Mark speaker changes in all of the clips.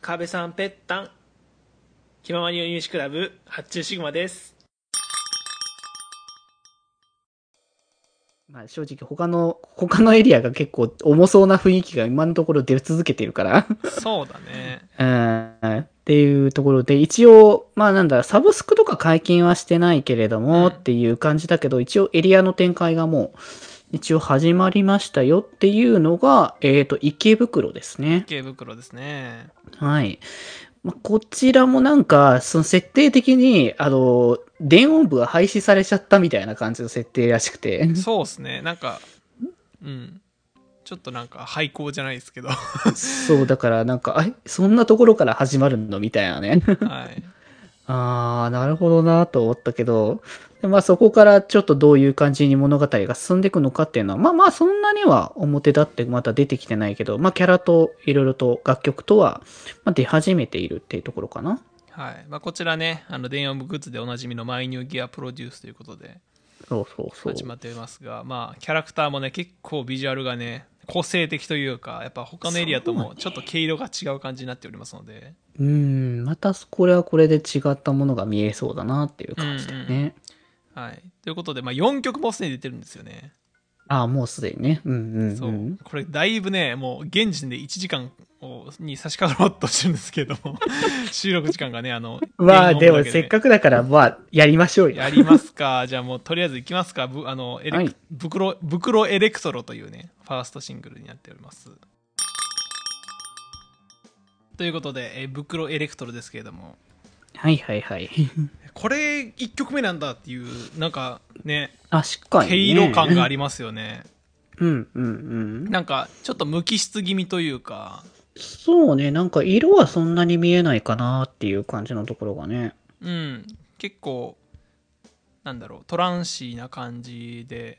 Speaker 1: カベさんぺったん気ままに夜入試クラブ発注シグマです
Speaker 2: まあ正直他の、他のエリアが結構重そうな雰囲気が今のところ出続けてるから。
Speaker 1: そうだね
Speaker 2: うんっていうところで、一応、まあなんだ、サブスクとか解禁はしてないけれども
Speaker 1: うん
Speaker 2: っていう感じだけど、一応エリアの展開がもう、一応始まりましたよっていうのが、えっ、と、池袋ですね。
Speaker 1: 池袋ですね
Speaker 2: はい。まあ、こちらもなんか、その設定的に、あの、電音部が廃止されちゃったみたいな感じの設定らしくて。
Speaker 1: そうっすねなんかうんちょっとなんか廃校じゃないです けどは
Speaker 2: そう、だからなんか、え、そんなところから始まるのみたいなね。
Speaker 1: い
Speaker 2: ああ、なるほどなと思ったけど、でまあそこからちょっとどういう感じに物語が進んでいくのかっていうのは、まあまあそんなには表立ってまた出てきてないけど、まあキャラといろいろと楽曲とは、まあ、出始めているっていうところかな。
Speaker 1: はいまあ、こちらねあの電音部グッズでおなじみのマイニューギアプロデュースということで
Speaker 2: そうそうそう。
Speaker 1: 始まっていますがまあキャラクターもね結構ビジュアルがね個性的というかやっぱ他のエリアともちょっと毛色が違う感じになっておりますので、
Speaker 2: うーん、またこれはこれで違ったものが見えそうだなっていう感じだよね。
Speaker 1: うんうはい、ということで、まあ、4曲もすでに出てるんですよね、
Speaker 2: ああ、もうすでにね。うんうん、うん。
Speaker 1: そうこれだいぶねもう現時点で1時間をに差し掛かろうとしてるんですけど も収録時間がねあの
Speaker 2: まあでもせっ
Speaker 1: く
Speaker 2: かくだから、まあやりましょうよ。
Speaker 1: やりますかじゃあもうとりあえずいきますかぶあのエレク、
Speaker 2: はい
Speaker 1: 袋袋エレクトロというねファーストシングルになっておりますということで、えー袋エレクトロですけれども
Speaker 2: はいはいはい。
Speaker 1: これ1曲目なんだっていうなんかね
Speaker 2: あ、しっかり、ね。
Speaker 1: 毛色感がありますよね
Speaker 2: うんうんうん。
Speaker 1: なんかちょっと無機質気味というか
Speaker 2: そうね、なんか色はそんなに見えないかなっていう感じのところがね。
Speaker 1: うん結構なんだろうトランシーな感じで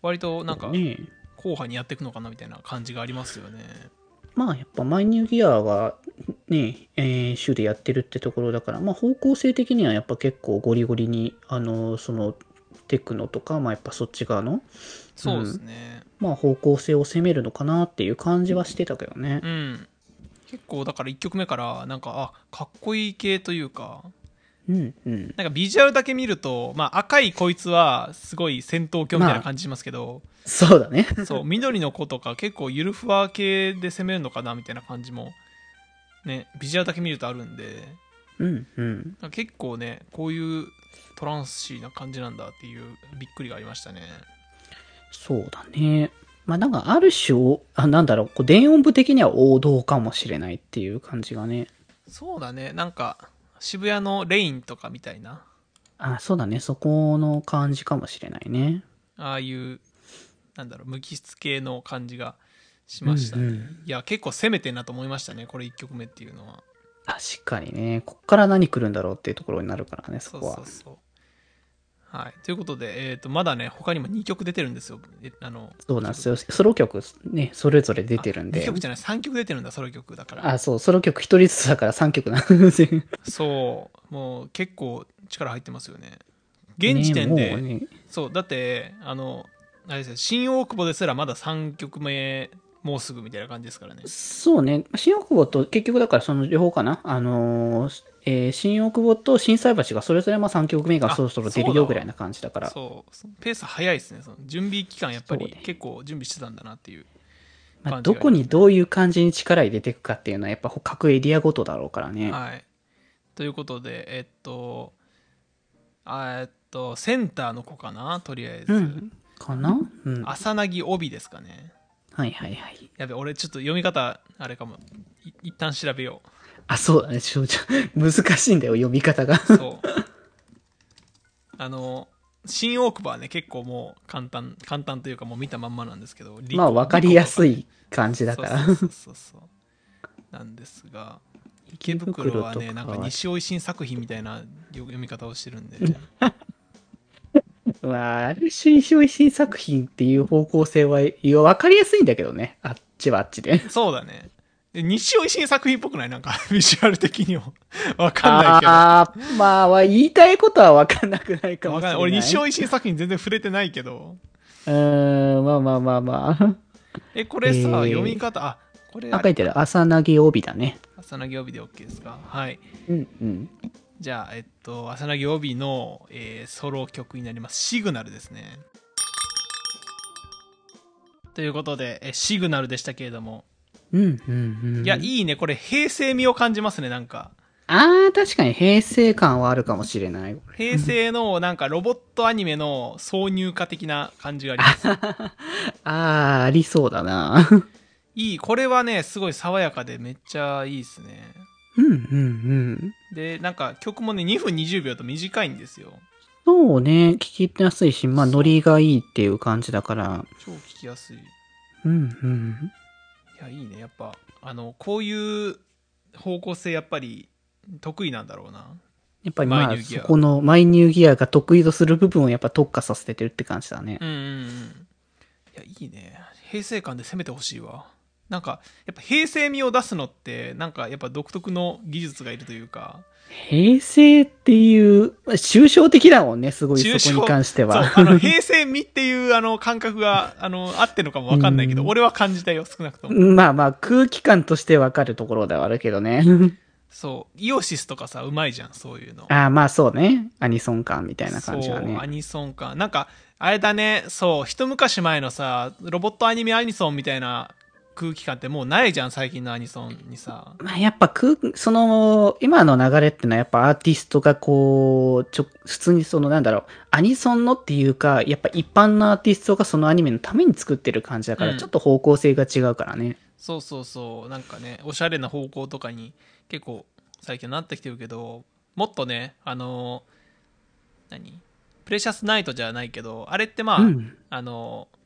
Speaker 1: 割となんか後
Speaker 2: ね
Speaker 1: 派にやっていくのかなみたいな感じがありますよね
Speaker 2: まあやっぱマイニューギアがね、えー週でやってるってところだから、まあ方向性的にはやっぱ結構ゴリゴリに、あの、その、テクノとか、まあやっぱそっち側の、
Speaker 1: そうですね
Speaker 2: まあ方向性を攻めるのかなっていう感じはしてたけどね
Speaker 1: う。ん、結構だから1曲目からなんかあかっこいい系というか
Speaker 2: うんうん。
Speaker 1: なんかビジュアルだけ見ると、まあ、赤いこいつはすごい戦闘狂みたいな感じしますけど、
Speaker 2: そうだね。
Speaker 1: そう緑の子とか結構ゆるふわ系で攻めるのかなみたいな感じもねビジュアルだけ見るとあるんで
Speaker 2: うんうん。
Speaker 1: 結構ねこういうトランシーな感じなんだっていうびっくりがありましたね
Speaker 2: そうだね。まあなんかある種を、あなんだろう、こう電音部的には王道かもしれないっていう感じがね。
Speaker 1: そうだねなんか渋谷のレインとかみたいな
Speaker 2: あ、そうだね。そこの感じかもしれないね。
Speaker 1: ああいうなんだろう無機質系の感じがしましたね、
Speaker 2: うんうん
Speaker 1: いや結構攻めてんなと思いましたねこれ1曲目っていうのは
Speaker 2: 確かにね。こっから何来るんだろうっていうところになるからね、そ
Speaker 1: そう
Speaker 2: こは。
Speaker 1: そうそうはいということで、えー、とまだね他にも2曲出てるんですよえあの
Speaker 2: そうなんですよ。ソロ曲、ね、それぞれ出てるん
Speaker 1: 2
Speaker 2: で。
Speaker 1: 曲じゃない3曲出てるんだソロ曲だから
Speaker 2: あ、そう、ソロ曲一人ずつだから3曲なんですよ。
Speaker 1: そうもう結構力入ってますよね現時点
Speaker 2: ね
Speaker 1: で、
Speaker 2: もうね
Speaker 1: そうだってあのあれですよ新大久保ですらまだ3曲目もうすぐみたいな感じですからね
Speaker 2: そうね。新大久保と、結局だからその両方かな。あのーえー新大久保と新斎橋がそれぞれまあ3曲目がそろそろ出るよぐらいな感じだから。
Speaker 1: そうそペース早いですねその準備期間やっぱ
Speaker 2: そう
Speaker 1: り
Speaker 2: ね
Speaker 1: 結構準備してたんだなっていう
Speaker 2: まあ、
Speaker 1: 感じが
Speaker 2: どこにどういう感じに力入れていくかっていうのはやっぱ各エリアごとだろうからね。
Speaker 1: はいということでえっとあえっとセンターの子かなとりあえず、
Speaker 2: うん。かなうん。は
Speaker 1: 朝凪帯ですかね
Speaker 2: いはいはい。
Speaker 1: やべ俺ちょっと読み方あれかもい一旦調べよう
Speaker 2: あ、そうだね。ちょ、ちょ、 難しいんだよ、読み方が。
Speaker 1: そう。あの、新大久保はね、結構もう簡単、簡単というかもう見たまんまなんですけど、リコ
Speaker 2: まあ、わかりやすい感じだから。
Speaker 1: そうそうそうそうそうなんですが、池袋は
Speaker 2: 池袋とか
Speaker 1: ね、
Speaker 2: は
Speaker 1: なんか西尾維新作品みたいな読読み方をしてるんで、
Speaker 2: うわあ、ある種、一緒新作品っていう方向性は、いや、わかりやすいんだけどね。あっちはあっちで。
Speaker 1: そうだね。で西尾維新作品っぽくないなんか、 ビジュアル的にも。わかんないけど。
Speaker 2: ああー、まあ、わ言いたいことはわかんなくないかも
Speaker 1: わ
Speaker 2: し
Speaker 1: かんない
Speaker 2: れない。
Speaker 1: 俺、西尾維新作品全然触れてないけど。
Speaker 2: うーん、まあまあまあまあ。
Speaker 1: え、これさ、
Speaker 2: えー
Speaker 1: 読み方、あ、これ
Speaker 2: あ、書いてる。朝なぎ帯だね。
Speaker 1: 朝なぎ帯で OK ですかはい
Speaker 2: うんうん。
Speaker 1: じゃあえっと朝なぎ帯の、えーソロ曲になりますシグナルですねということで、えシグナルでしたけれども、
Speaker 2: うんうんうん。
Speaker 1: いや、いいね、これ、平成味を感じますね、なんか。
Speaker 2: ああ、確かに平成感はあるかもしれない。
Speaker 1: 平成の、なんか、ロボットアニメの挿入歌的な感じがあります。
Speaker 2: ああ、ありそうだな。
Speaker 1: いい、これはね、すごい爽やかで、めっちゃいいですね。
Speaker 2: うんうんうん。
Speaker 1: で、なんか、曲もね、2分20秒と短いんですよ。
Speaker 2: そうね、聞きやすいし、まあ、ノリがいいっていう感じだから。
Speaker 1: 超聞きやすい。い
Speaker 2: うんうん。
Speaker 1: や、いいね、やっぱ、あの、こういう方向性、やっぱり、得意なんだろうな。
Speaker 2: やっぱりま
Speaker 1: マイ
Speaker 2: あ、
Speaker 1: ニューギ
Speaker 2: そ
Speaker 1: ア
Speaker 2: このマイニューギアが得意とする部分をやっぱ特化させててるって感じだね。
Speaker 1: うんうんうん。いや、いいね。平成感で攻めてほしいわ。なんか、やっぱ平成味を出すのって、なんかやっぱ独特の技術がいるというか、
Speaker 2: 平成っていう、まあ抽象的だもんね、すごい
Speaker 1: 抽象
Speaker 2: そこに関して
Speaker 1: そう、
Speaker 2: は。
Speaker 1: あの、平成味っていうあの感覚が、あの、合ってるのかもわかんないけど、
Speaker 2: うん
Speaker 1: 俺は感じたよ、少なくとも。
Speaker 2: まあまあ、空気感としてわかるところではあるけ どね。
Speaker 1: そう、イオシスとかさ、うまいじゃん、そういうの。
Speaker 2: ああ、まあそうね。アニソン感みたいな感じは
Speaker 1: そう、ア
Speaker 2: ね。
Speaker 1: ニソン感。なんか、あれだね、そう、一昔前のさ、ロボットアニメアニソンみたいな空気感ってもうないじゃん、最近のアニソンにさ。
Speaker 2: まあやっぱ空、その、今の流れってのはやっぱアーティストがこう、ちょ、普通にそのなんだろう、アニソンのっていうか、やっぱ一般のアーティストがそのアニメのために作ってる感じだか
Speaker 1: うん
Speaker 2: ら、ちょっと方向性が違うからね。
Speaker 1: そうそうそうなんかねおしゃれな方向とかに結構最近なってきてるけどもっとねあのー何プレシャスナイトじゃないけどあれってまあ、
Speaker 2: うん。
Speaker 1: あのー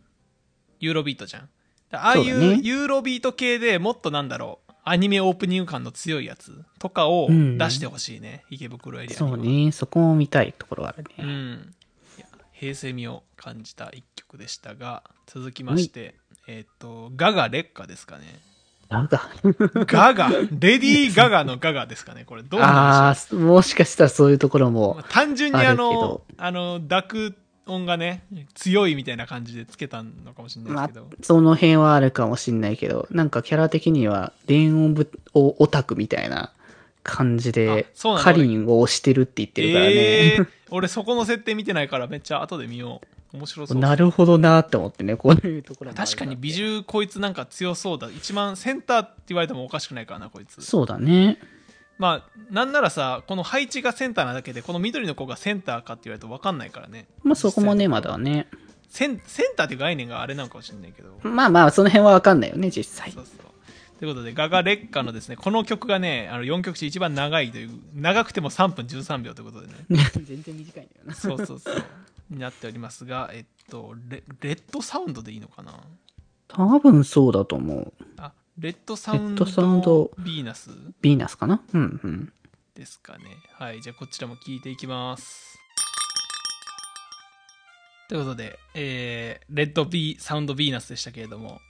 Speaker 1: ユーロビートじゃんだああい
Speaker 2: そうだ
Speaker 1: う
Speaker 2: ね
Speaker 1: ユーロビート系でもっとなんだろうアニメオープニング感の強いやつとかを
Speaker 2: うん
Speaker 1: 出してほしいね、池袋エリアには
Speaker 2: そうね。そこも見たいところはある
Speaker 1: う
Speaker 2: ね。
Speaker 1: んいや平成味を感じた一曲でしたが続きまして、えーっ、とガガ劣化ですかね
Speaker 2: なんか、
Speaker 1: ガ ガ、レディー・ガガのガガですかね、これ、どうなん
Speaker 2: あ
Speaker 1: でし
Speaker 2: あ、もしかしたらそういうところ
Speaker 1: ょう、ま
Speaker 2: も
Speaker 1: あ、単純にあ
Speaker 2: あるけ
Speaker 1: の
Speaker 2: ど、
Speaker 1: あの、濁音がね、強いみたいな感じでつけたのかもしれな
Speaker 2: ま
Speaker 1: い
Speaker 2: あ
Speaker 1: ですけど、、
Speaker 2: その辺はあるかもしんないけど、なんかキャラ的には、電音部をオタクみたいな感じで
Speaker 1: あそうな、の
Speaker 2: カリンを推してるって言ってるから
Speaker 1: え
Speaker 2: ね。
Speaker 1: ー、俺、そこの設定見てないから、めっちゃ後で見よう。面白そう。
Speaker 2: なるほどなーって思ってね、こういうところもあるな
Speaker 1: 確かに美獣こいつなんか強そうだ一番センターって言われてもおかしくないからなこいつ
Speaker 2: そうだね。
Speaker 1: まあなんならさこの配置がセンターなだけでこの緑の子がセンターかって言われると分かんないからね
Speaker 2: まあそこもね、まだね。
Speaker 1: センセンターっていう概念があれなのかもしれないけど
Speaker 2: まあまあ、その辺はわかんないよね、実際
Speaker 1: そ。うそうということで、ガガレッカのですね、この曲がね、あの4曲中一番長いという、長くても3分13秒ということでね、
Speaker 2: 全然短いんだよな。
Speaker 1: そうそうそう、になっておりますが、えっと、レレッドサウンドでいいのかな
Speaker 2: 多分そうだと思う。
Speaker 1: あ、レッドサウン
Speaker 2: レッドサウンド
Speaker 1: ドビーナス
Speaker 2: ヴィーナスかなうんうん。
Speaker 1: ですかね。はい、じゃあこちらも聴いていきます。ということで、えー、レッドビーサウンドビーナスでしたけれども、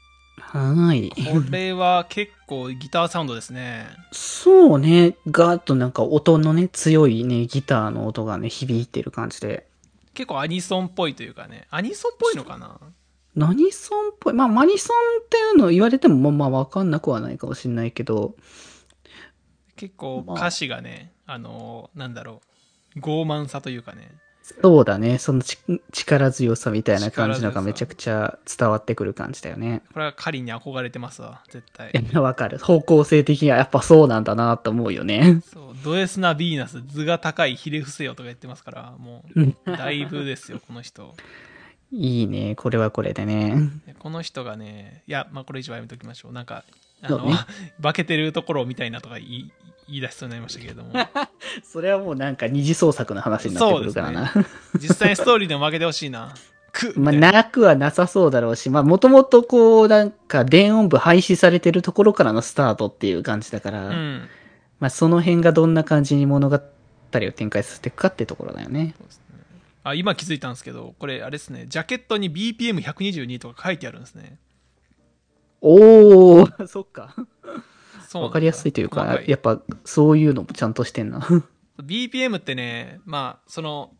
Speaker 2: はーい。
Speaker 1: これは結構ギターサウンドですね。
Speaker 2: そうね、ガーッとなんか音のね、強いね、ギターの音がね、響いてる感じで。
Speaker 1: 結構アニソンっぽいというかね、アニソンっぽいのかな
Speaker 2: 何ソンっぽい。まあ、マニソンっていうのを言われても、まあ、まあ、わかんなくはないかもしれないけど、
Speaker 1: 結構
Speaker 2: まあ
Speaker 1: 歌詞がね、あのーなんだろう傲慢さというかね
Speaker 2: そうだね、そのち力強さみたいな感じの
Speaker 1: 力強
Speaker 2: が
Speaker 1: さ
Speaker 2: めちゃくちゃ伝わってくる感じだよね。
Speaker 1: これは狩りに憧れてますわ絶対
Speaker 2: いや、わかる。方向性的にはやっぱそうなんだなと思うよね。
Speaker 1: そうド S なヴィーナス図が高いひれ伏せよとか言ってますからも
Speaker 2: うん
Speaker 1: うだいぶですよこの人
Speaker 2: いいね、これはこれでね。
Speaker 1: でこの人がねいやまあこれ以上はやめときましょうなんかあ
Speaker 2: そ
Speaker 1: の、
Speaker 2: うね
Speaker 1: 化けてるところを見たいなとか言い言い出しそうになりましたけれども
Speaker 2: それはもうなんか二次創作の話になってくるからな。
Speaker 1: 実際にストーリーでも負けてほしいなく
Speaker 2: まあ、
Speaker 1: みたい
Speaker 2: なくはなさそうだろうし、まあ、もともとこう、なんか、電音部廃止されてるところからのスタートっていう感じだから、
Speaker 1: なうん
Speaker 2: まあ、その辺がどんな感じに物語を展開させていくかってところだよね。
Speaker 1: そうですねあ今気づいたんですけどこれあれですねジャケットに BPM122 とか書いてあるんですね
Speaker 2: おお、 そっか。
Speaker 1: そう
Speaker 2: わかりやすいという
Speaker 1: 細
Speaker 2: か、
Speaker 1: い
Speaker 2: やっぱ、そういうのもちゃんとしてんな。
Speaker 1: BPM ってねまあその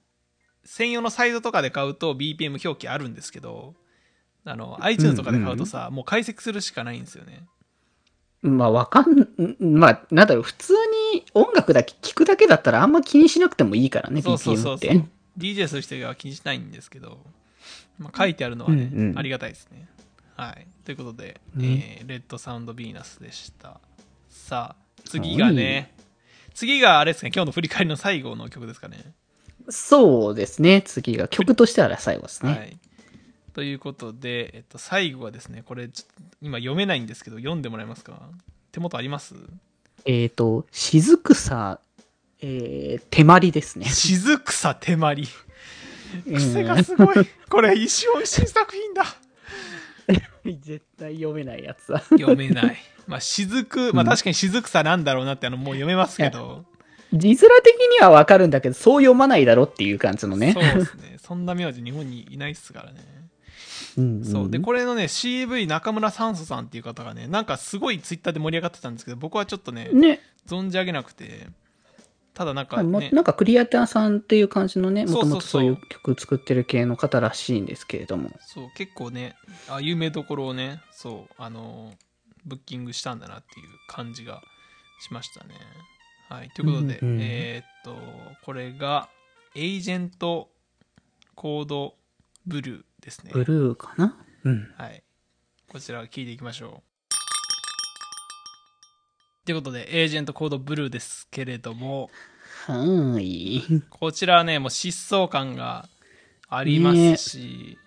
Speaker 1: 専用のサイトとかで買うと BPM 表記あるんですけどあの iTunes とかで買うとさ、もう解析するしかないんですよね
Speaker 2: まあわかん、んまあなんだろう、普通に音楽だけ聞くだけだったらあんま気にしなくてもいいからね、
Speaker 1: そうそうそう
Speaker 2: BPM っ
Speaker 1: そ
Speaker 2: て。
Speaker 1: う DJ する人は気にしないんですけど、まあ、書いてあるのはね、
Speaker 2: うんうん
Speaker 1: ありがたいですねはいということで、
Speaker 2: ね
Speaker 1: えーレッドサウンドビーナスでしたさあ次がね次があれですね今日の振り返りの最後の曲ですかね
Speaker 2: そうですね、次が曲としては最後ですね。
Speaker 1: はいということで、えっと、最後はですねこれちょっと今読めないんですけど読んでもらえますか手元あります
Speaker 2: えっ、と、雫さ、えー、手まりですね。
Speaker 1: 静草手まり
Speaker 2: うん
Speaker 1: 癖がすごいこれ石尾石井作品だ
Speaker 2: 絶対読めないやつだ。
Speaker 1: 読めない まあ雫まあ
Speaker 2: うん
Speaker 1: 確かに雫さなんだろうなってあのもう読めますけど、
Speaker 2: 字面的にはわかるんだけど、そう読まないだろっていう感じのね
Speaker 1: そう。ですねそんな名字日本にいないっすからね
Speaker 2: うんん
Speaker 1: そうでこれのね CV 中村酸素さんっていう方がねなんかすごいツイッターで盛り上がってたんですけど僕はちょっとね
Speaker 2: ね、
Speaker 1: 存じ上げなくてただなんか
Speaker 2: も
Speaker 1: ね
Speaker 2: なんかクリアターさんっていう感じのね、も
Speaker 1: そう
Speaker 2: と
Speaker 1: そ
Speaker 2: も
Speaker 1: う
Speaker 2: と
Speaker 1: そう
Speaker 2: そういう曲作ってる系の方らしいんですけれども。
Speaker 1: そう結構ねあ有名どころをねそうあのーブッキングしたんだなっていう感じがしましたねはいということで、
Speaker 2: うんうん
Speaker 1: えーっとこれがエージェントコードブルーですね
Speaker 2: ブルーかなうん。
Speaker 1: はいこちら聞いていきましょうということでエージェントコードブルーですけれど も
Speaker 2: はーい。
Speaker 1: こちらはねもう疾走感がありますし、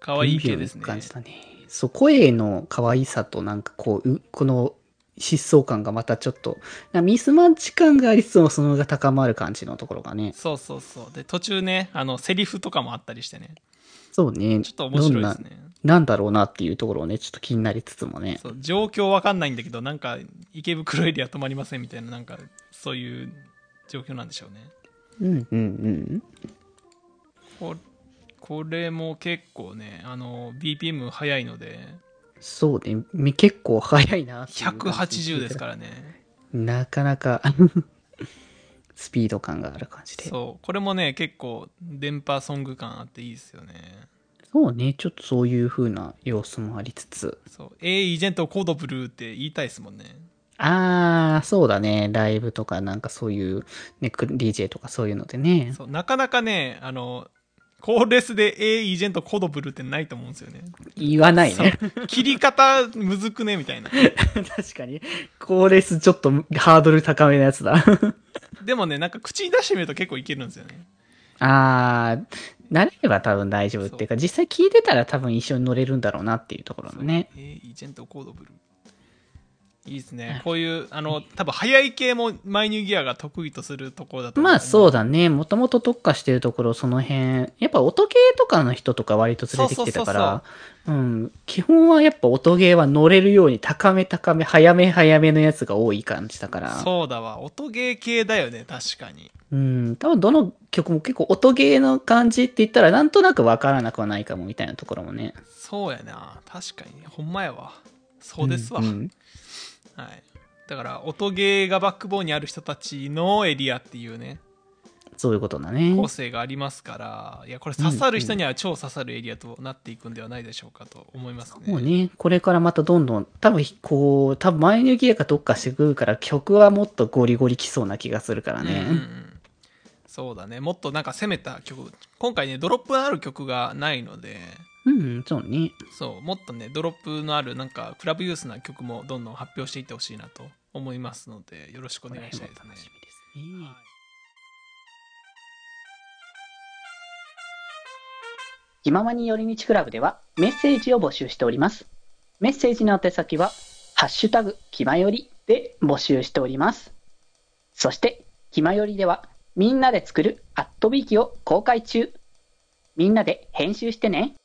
Speaker 1: 可愛い系ですね
Speaker 2: 感じだね。そう、声の可愛さとなんかこう、うこの疾走感がまたちょっと、なミスマッチ感がありつつもそのが高まる感じのところがね。
Speaker 1: そうそうそうで途中ねあのセリフとかもあったりしてね
Speaker 2: そうね。
Speaker 1: ちょっと面白いです
Speaker 2: どん
Speaker 1: ね
Speaker 2: な。なんだろうなっていうところをね、ちょっと気になりつつもね。
Speaker 1: そう状況わかんないんだけどなんか池袋エリア止まりませんみたいななんかそういう状況なんでしょうね
Speaker 2: うんうんうん。
Speaker 1: ここれも結構ねあの BPM 速いので
Speaker 2: そうね。み結構早いなっていう感じ
Speaker 1: 180ですからね
Speaker 2: なかなかスピード感がある感じで。そう
Speaker 1: そうこれもね結構電波ソング感あっていいですよね
Speaker 2: ね、ちょっとそういう風な様子もありつつ。
Speaker 1: そう「A イージェントコードブルー」って言いたいですもんね
Speaker 2: あー、そうだね。ライブとかなんかそういう、ね、く DJ とかそういうのでね。
Speaker 1: そうなかなかねあのコーレスで「A イージェントコードブルー」ってないと思うんですよね
Speaker 2: 言わないね。
Speaker 1: そう切り方むずくねみたいな
Speaker 2: 確かに。コーレスちょっとハードル高めのやつだ。
Speaker 1: でもねなんか口に出してみると結構いけるんですよね
Speaker 2: あー、慣れれば多分大丈夫っていうか、実際聞いてたら多分一緒に乗れるんだろうなっていうところのね。
Speaker 1: えーイージェントコードブルーいいですねこういうあの多分早い系もマイニューギアが得意とするところだと思
Speaker 2: まあそう
Speaker 1: だ
Speaker 2: だね。もともと特化してるところ、その辺。やっぱ音ゲーとかの人とか割と連れてきてたから、うん。基本はやっぱ音ゲーは乗れるように高め高め、早め早めのやつが多い感じだから。
Speaker 1: そうだわ音ゲー系だよね確かに
Speaker 2: うん。多分どの曲も結構音ゲーの感じって言ったらなんとなくわからなくはないかもみたいなところもね。
Speaker 1: そうやな確かにねほんまやわそうですわ、
Speaker 2: んん
Speaker 1: はいだから音ゲーがバックボーンにある人たちのエリアっていうね
Speaker 2: そういうことだね。
Speaker 1: 個性がありますからいやこれ刺さる人には超刺さるエリアとなっていくんではないでしょうかと思いますね。
Speaker 2: もうね、これからまたどんどん、多分こう、多分マイニューギアがどっかしてくるから曲はもっとゴリゴリきそうな気がするから
Speaker 1: うんう
Speaker 2: ね。
Speaker 1: んうんそうだねもっとなんか攻めた曲今回ねドロップのある曲がないので
Speaker 2: うん、うん、そうね。
Speaker 1: そうもっとねドロップのあるなんかクラブユースな曲もどんどん発表していってほしいなと思いますのでよろしくお
Speaker 2: お
Speaker 1: 願いしたいですね
Speaker 2: 楽。しみですね。気ままに寄り道クラブではメッセージを募集しております。メッセージの宛先は、ハッシュタグ、気まよりで募集しております。そして、気まよりでは、みんなで作るアットビーキを公開中。みんなで編集してね。